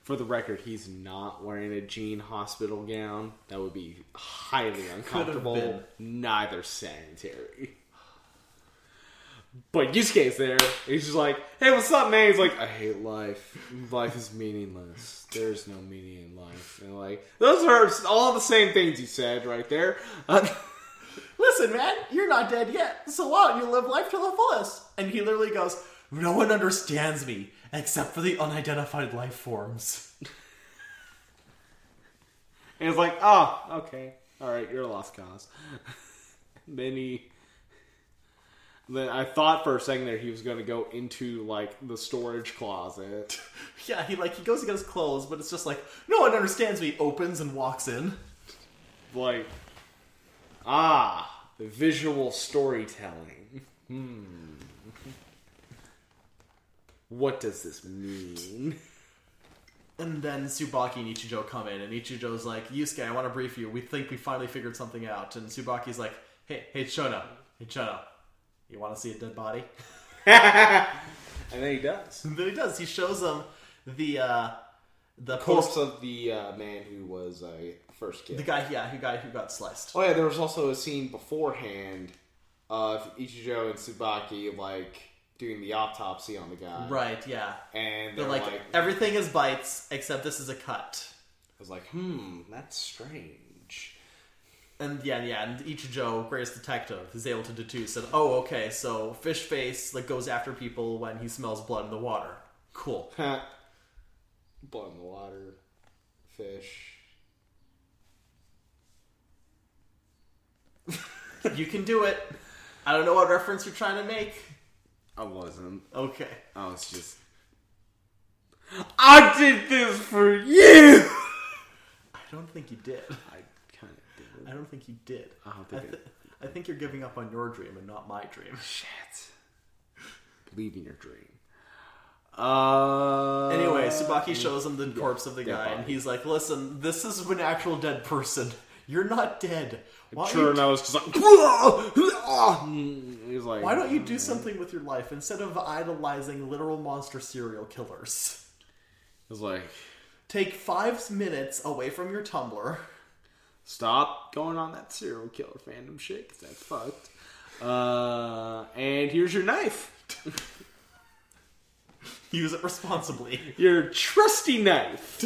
Speaker 5: For the record, he's not wearing a jean hospital gown. That would be highly uncomfortable. Neither sanitary. But Yusuke is there. He's just like, "Hey, what's up, man?" He's like, "I hate life. Life is meaningless. There's no meaning in life." And like, those are all the same things you said right there.
Speaker 4: Listen, man, you're not dead yet, so why don't you live life to the fullest? And he literally goes, "No one understands me except for the unidentified life forms."
Speaker 5: And it's like, oh, okay. Alright, you're a lost cause. then he then I thought for a second there he was gonna go into like the storage closet.
Speaker 4: Yeah, he like he goes to get his clothes, but it's just like, "No one understands me." Opens and walks in.
Speaker 5: like Ah visual storytelling. Hmm. What does this mean?
Speaker 4: And then Tsubaki and Ichijo come in, and Ichijo's like, Yusuke, I want to brief you. We think we finally figured something out. And Tsubaki's like, hey, hey, Shona. Hey, Shona. You want to see a dead body?
Speaker 5: And then he does.
Speaker 4: And then he does. He shows him the, uh, the
Speaker 5: Corpse
Speaker 4: post-
Speaker 5: of the uh, man who was a first kid.
Speaker 4: The guy, yeah, who guy who got sliced.
Speaker 5: Oh yeah, there was also a scene beforehand of Ichijo and Tsubaki like doing the autopsy on the guy.
Speaker 4: Right, yeah.
Speaker 5: And
Speaker 4: They're
Speaker 5: they're
Speaker 4: like,
Speaker 5: like,
Speaker 4: everything is bites, except this is a cut.
Speaker 5: I was like, hmm, that's strange.
Speaker 4: And yeah, yeah, and Ichijo, greatest detective, is able to deduce that, oh, okay, so fish face like goes after people when he smells blood in the water. Cool.
Speaker 5: Huh. Blood in the water, fish.
Speaker 4: You can do it. I don't know what reference you're trying to make.
Speaker 5: I wasn't.
Speaker 4: Okay.
Speaker 5: I was just. I did this for you.
Speaker 4: I don't think you did.
Speaker 5: I kind of did.
Speaker 4: I don't think you did.
Speaker 5: I don't think
Speaker 4: I,
Speaker 5: I
Speaker 4: thi- I think you're giving up on your dream and not my dream.
Speaker 5: Shit. Believe in your dream. Uh.
Speaker 4: Anyway, Subaki shows him the corpse of the guy, and
Speaker 5: body.
Speaker 4: he's like, "Listen, this is an actual dead person. You're not dead. Why,
Speaker 5: Sure, and
Speaker 4: don't you, Ah!
Speaker 5: I was just like, he's like,
Speaker 4: why don't you do something with your life instead of idolizing literal monster serial killers?
Speaker 5: He's like,
Speaker 4: Take five minutes away from your Tumblr."
Speaker 5: stop going on that serial killer fandom shit, 'cause that's fucked. Uh, and here's your knife,
Speaker 4: Use it responsibly.
Speaker 5: your trusty knife.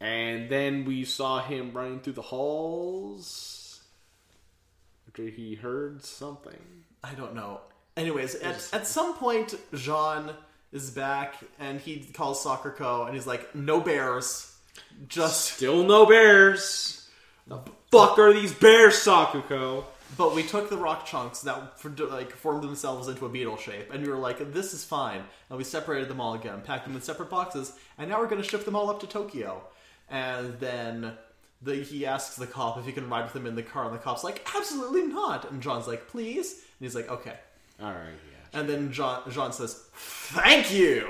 Speaker 5: and then we saw him running through the halls after he heard something.
Speaker 4: I don't know. Anyways, at, at some point, Jean is back and he calls Soccer Co. and he's like, no bears. Just,
Speaker 5: Still no bears. The fuck are these bears, Sakuko?
Speaker 4: but we took the rock chunks that for, like formed themselves into a beetle shape, and we were like, "This is fine." And we separated them all again, packed them in separate boxes, and now we're going to ship them all up to Tokyo. And then the, he asks the cop if he can ride with him in the car, and the cop's like, "Absolutely not." And John's like, "Please," and he's like, "Okay."
Speaker 5: All right, yeah.
Speaker 4: And then John Jean says, "Thank you."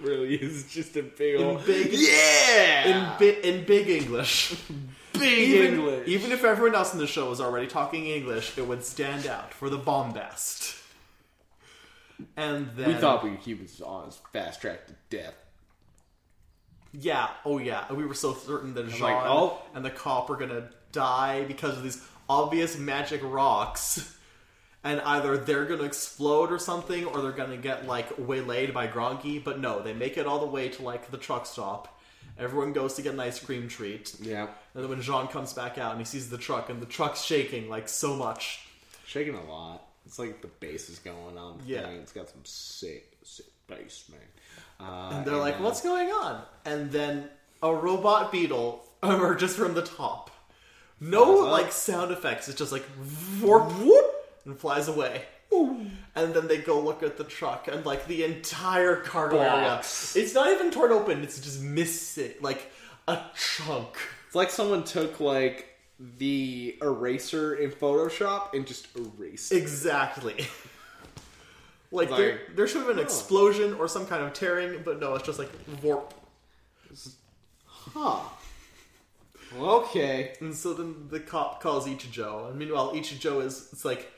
Speaker 5: really is just a big old
Speaker 4: big-
Speaker 5: yeah
Speaker 4: in, bi- in big English.
Speaker 5: big
Speaker 4: even, Even if everyone else in the show was already talking English, it would stand out for the bombast. And then
Speaker 5: we thought we could keep this on his fast track to death.
Speaker 4: yeah, oh yeah, and we were so certain that Jean
Speaker 5: like, oh.
Speaker 4: and the cop were gonna die because of these obvious magic rocks. And either they're gonna explode or something, or they're gonna get like waylaid by Gronky. But no, they make it all the way to like the truck stop. Everyone goes to get an ice cream treat.
Speaker 5: Yeah,
Speaker 4: And then when Jean comes back out and he sees the truck and the truck's shaking like so much.
Speaker 5: shaking a lot. It's like the bass is going on. the
Speaker 4: Yeah.
Speaker 5: thing. it's got some sick, sick bass, man. Uh,
Speaker 4: And they're like, what's going on? And then a robot beetle emerges from the top. No
Speaker 5: up.
Speaker 4: like sound effects, it's just like warp whoop and flies away. And then they go look at the truck and like the entire cargo
Speaker 5: Blocks.
Speaker 4: area. It's not even torn open, it's just missing like a chunk.
Speaker 5: It's like someone took like the eraser in Photoshop and just erased. it.
Speaker 4: Exactly. Like,
Speaker 5: Like-
Speaker 4: there, there should have been an explosion or some kind of tearing, but no, it's just like warp.
Speaker 5: Huh. Okay.
Speaker 4: And so then the cop calls Ichijo, and meanwhile Ichijo is it's like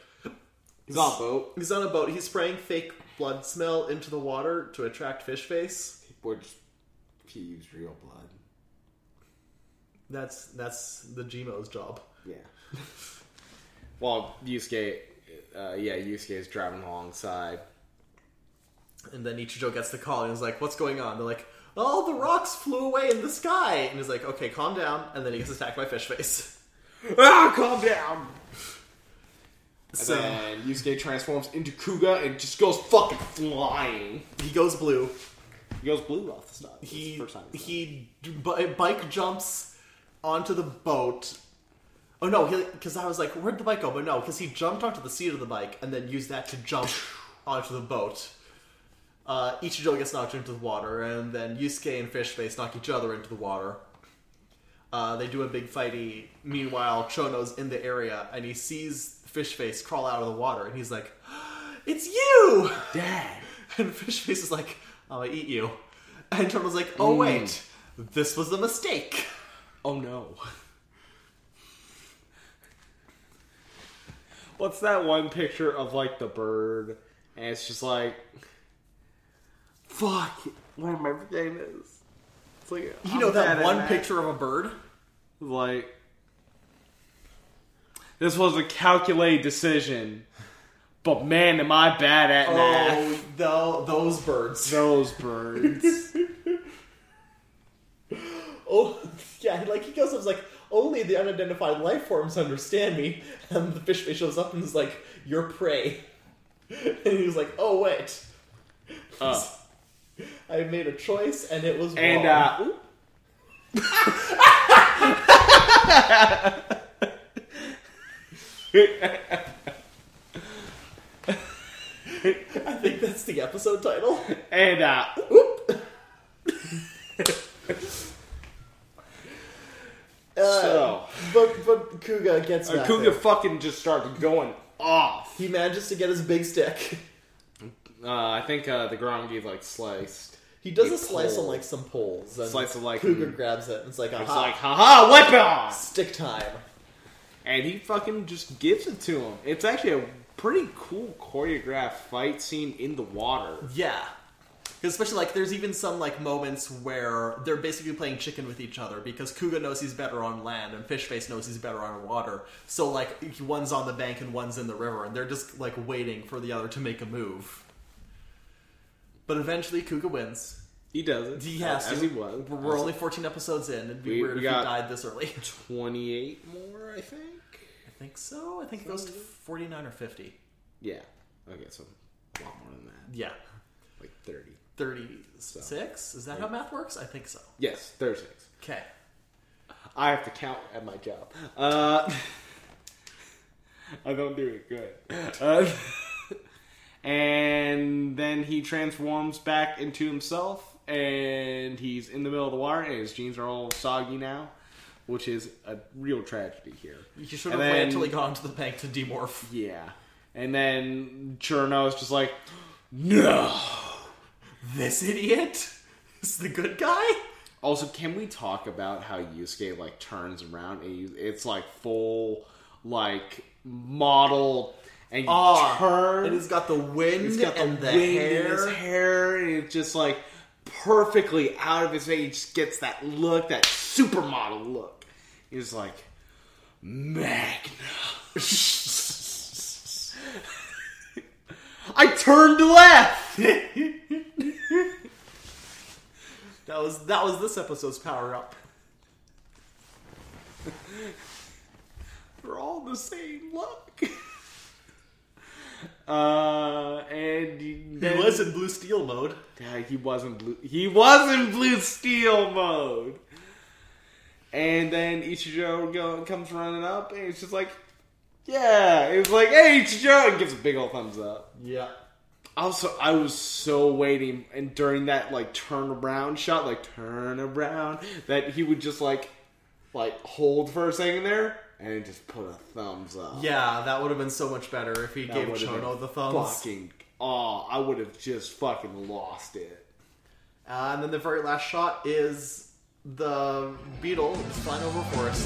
Speaker 5: He's on a boat.
Speaker 4: he's on a boat. He's spraying fake blood smell into the water to attract Fish Face.
Speaker 5: Or just he used real blood.
Speaker 4: That's that's the Gmo's job.
Speaker 5: Yeah. well, Yusuke, uh, yeah, Yusuke is driving alongside.
Speaker 4: And then Ichijo gets the call and is like, "What's going on?" They're like, "Oh, the rocks flew away in the sky," and he's like, "Okay, calm down." And then he gets attacked by Fish Face.
Speaker 5: Ah, calm down.
Speaker 4: So
Speaker 5: And Yusuke transforms into Kuga and just goes fucking flying.
Speaker 4: he goes blue.
Speaker 5: He goes blue off the stop.
Speaker 4: he
Speaker 5: first time he's done.
Speaker 4: he bi- bike jumps onto the boat. Oh no, because I was like, where'd the bike go? But no, because he jumped onto the seat of the bike and then used that to jump onto the boat. Uh, Ichijo gets knocked into the water, and then Yusuke and Fishface knock each other into the water. Uh, they do a big fighty. Meanwhile, Chono's in the area, and he sees Fishface crawl out of the water, and he's like, "It's you!"
Speaker 5: Dad.
Speaker 4: And Fishface is like, I'll eat you. And Turtle's like, oh wait, this was a mistake.
Speaker 5: Oh no. What's that one picture of like the bird? And it's just like, fuck, whatever my name is. It's like
Speaker 4: You
Speaker 5: I'm
Speaker 4: know that
Speaker 5: bad at
Speaker 4: one picture of a bird?
Speaker 5: Like, this was a calculated decision, but man, am I bad at math.
Speaker 4: Oh, tho- those birds.
Speaker 5: Those birds.
Speaker 4: Oh, yeah, like he goes up is like, only the unidentified life forms understand me. And the fish face shows up and is like, you're prey. And he's like, oh wait,
Speaker 5: Uh,
Speaker 4: I made a choice and it was wrong.
Speaker 5: and uh, oop.
Speaker 4: I think that's the episode title.
Speaker 5: and uh,
Speaker 4: Whoop.
Speaker 5: so.
Speaker 4: Uh, But, but Kuga gets
Speaker 5: Uh,
Speaker 4: back
Speaker 5: Kuga
Speaker 4: there.
Speaker 5: fucking just started going off.
Speaker 4: He manages to get his big stick.
Speaker 5: Uh, I think uh, the Grongi like sliced.
Speaker 4: He does
Speaker 5: He
Speaker 4: a slice
Speaker 5: pulled.
Speaker 4: on like some poles. And
Speaker 5: Slice of, like,
Speaker 4: Cougar
Speaker 5: mm.
Speaker 4: grabs it and it's like, aha,
Speaker 5: It's like, haha, weapon!
Speaker 4: stick time.
Speaker 5: And he fucking just gives it to him. It's actually a pretty cool choreographed fight scene in the water.
Speaker 4: Yeah. Because especially like there's even some like moments where they're basically playing chicken with each other because Kuga knows he's better on land and Fishface knows he's better on water. So like one's on the bank and one's in the river and they're just like waiting for the other to make a move. But eventually Kuga wins.
Speaker 5: He does it.
Speaker 4: He has
Speaker 5: As
Speaker 4: to.
Speaker 5: he was.
Speaker 4: We're only 14 episodes in. It'd be
Speaker 5: We-
Speaker 4: weird
Speaker 5: we
Speaker 4: if
Speaker 5: got-
Speaker 4: he died this early.
Speaker 5: 28 more, I think?
Speaker 4: I think so. I think it goes to 49 or 50.
Speaker 5: Yeah. Okay, so a lot more than that.
Speaker 4: Yeah.
Speaker 5: Like 30.
Speaker 4: 36? Is that how math works? I think so.
Speaker 5: Yes, 36.
Speaker 4: Okay.
Speaker 5: I have to count at my job. Uh, I don't do it good. Uh, and then he transforms back into himself, and he's in the middle of the water, and his jeans are all soggy now, which is a real tragedy here.
Speaker 4: You should
Speaker 5: And
Speaker 4: have waited
Speaker 5: then-
Speaker 4: until he got into the bank to demorph.
Speaker 5: Yeah. And then Cherno is just like, no.
Speaker 4: this idiot is the good guy?
Speaker 5: Also, can we talk about how Yusuke like turns around and you, it's like full like model and you
Speaker 4: Ah,
Speaker 5: turn.
Speaker 4: and he's got the wind
Speaker 5: He's got the
Speaker 4: and the
Speaker 5: wind
Speaker 4: hair.
Speaker 5: in his hair, and it's just like perfectly out of his face. He just gets that look, that supermodel look. He's like, Magna. I turned left.
Speaker 4: That was that was this episode's power up.
Speaker 5: They're all the same look. Uh, and
Speaker 4: He was in blue steel mode.
Speaker 5: Yeah, he was in blue. He was in blue steel mode. And then Ichijo go, comes running up, and it's just like, yeah, it's like, hey Ichijo, and gives a big old thumbs up.
Speaker 4: Yeah.
Speaker 5: Also, I was so waiting, and during that like turn around shot, like turn around, that he would just like, like hold for a second there, and just put a thumbs up.
Speaker 4: Yeah, that would have been so much better if he
Speaker 5: That
Speaker 4: gave
Speaker 5: would've
Speaker 4: Chono
Speaker 5: been
Speaker 4: the thumbs.
Speaker 5: Fucking, oh, I would have just fucking lost it.
Speaker 4: Uh, and then the very last shot is the beetle flying over a forest.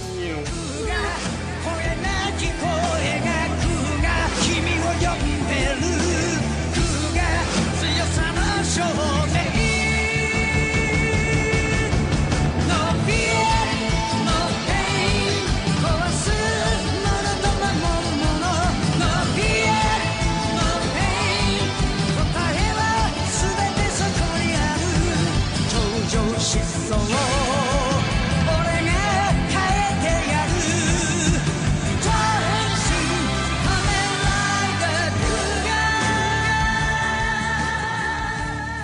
Speaker 3: 声なき声が空が君を呼んでる空が強さの証明の fear の pain 壊すものと守るものの fear の pain 答えは全てそこにある頂上失踪俺が変えてやる「トランシー仮面ライダークー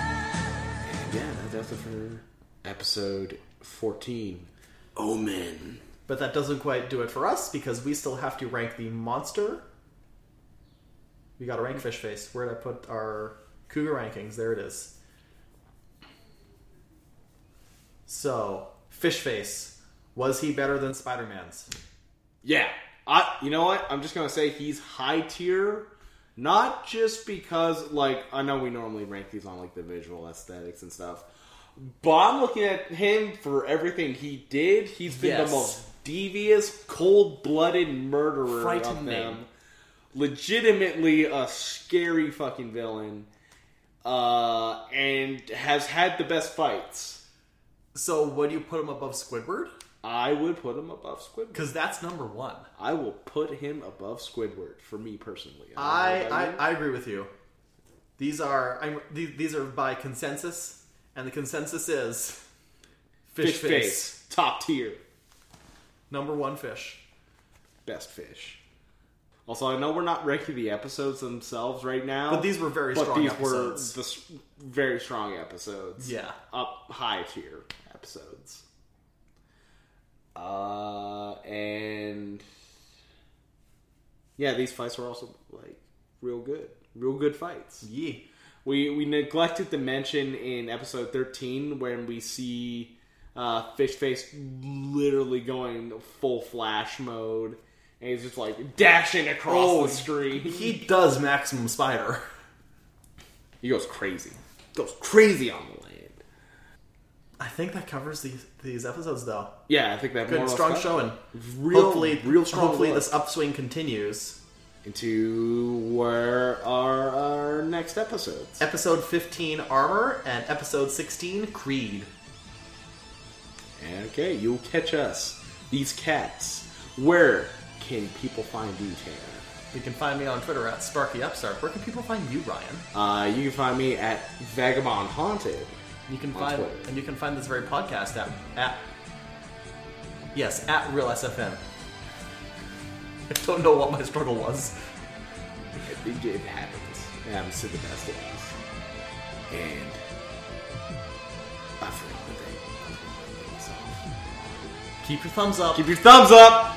Speaker 3: ガー」
Speaker 5: Yeah, that does it for episode 14 Omen.
Speaker 4: But that doesn't quite do it for us because we still have to rank the monster. We got to rank fish face. Where did I put our cougar rankings? There it is. So fish face was he better than Spider Man's?
Speaker 5: Yeah. I you know what? I'm just going to say he's high tier not just because like I know we normally rank these on like the visual aesthetics and stuff. But I'm looking at him for everything he did. He's been
Speaker 4: Yes.
Speaker 5: the most devious, cold-blooded murderer
Speaker 4: Frightening.
Speaker 5: of them. Legitimately a scary fucking villain. Uh, and has had the best fights.
Speaker 4: So would you put him above Squidward?
Speaker 5: I would put him above Squidward.
Speaker 4: Because that's number one.
Speaker 5: I will put him above Squidward for me personally.
Speaker 4: I,
Speaker 5: don't know
Speaker 4: I,
Speaker 5: about
Speaker 4: I agree with you. These are I'm, these, these are by consensus, and the consensus is
Speaker 5: you.
Speaker 4: fish,
Speaker 5: fish
Speaker 4: face.
Speaker 5: face top tier
Speaker 4: number one fish.
Speaker 5: best fish. Also, I know we're not ranking the episodes themselves right now,
Speaker 4: But these were very
Speaker 5: but
Speaker 4: strong
Speaker 5: these
Speaker 4: episodes.
Speaker 5: were the s- very strong episodes.
Speaker 4: Yeah.
Speaker 5: up high tier episodes. Uh, and yeah, these fights were also like real good, real good fights.
Speaker 4: Yeah.
Speaker 5: We we neglected to mention in episode thirteen when we see uh, Fish Face literally going full flash mode, and he's just like dashing across
Speaker 4: Oh,
Speaker 5: the screen. He,
Speaker 4: He does maximum spider.
Speaker 5: goes crazy, goes crazy on the land.
Speaker 4: I think that covers these these episodes though.
Speaker 5: Yeah, I think that more or
Speaker 4: Good
Speaker 5: less
Speaker 4: strong
Speaker 5: got-
Speaker 4: showing.
Speaker 5: Real,
Speaker 4: hopefully,
Speaker 5: real strong.
Speaker 4: hopefully
Speaker 5: look
Speaker 4: this upswing continues.
Speaker 5: into where are our next episodes?
Speaker 4: Episode 15 armor and episode 16 creed.
Speaker 5: Okay, you'll catch us. These cats. Where can people find you, Tanner?
Speaker 4: You can find me on Twitter at Sparky Upstart. Where can people find you, Ryan?
Speaker 5: Uh, you can find me at Vagabond Haunted.
Speaker 4: You can
Speaker 5: On
Speaker 4: find
Speaker 5: Twitter.
Speaker 4: and you can find this very podcast at at yes at Real SFM. I don't know what my struggle was.
Speaker 5: It, it happens. It happens to the best of us. And I forgot the thing.
Speaker 4: Keep your thumbs up.
Speaker 5: Keep your thumbs up!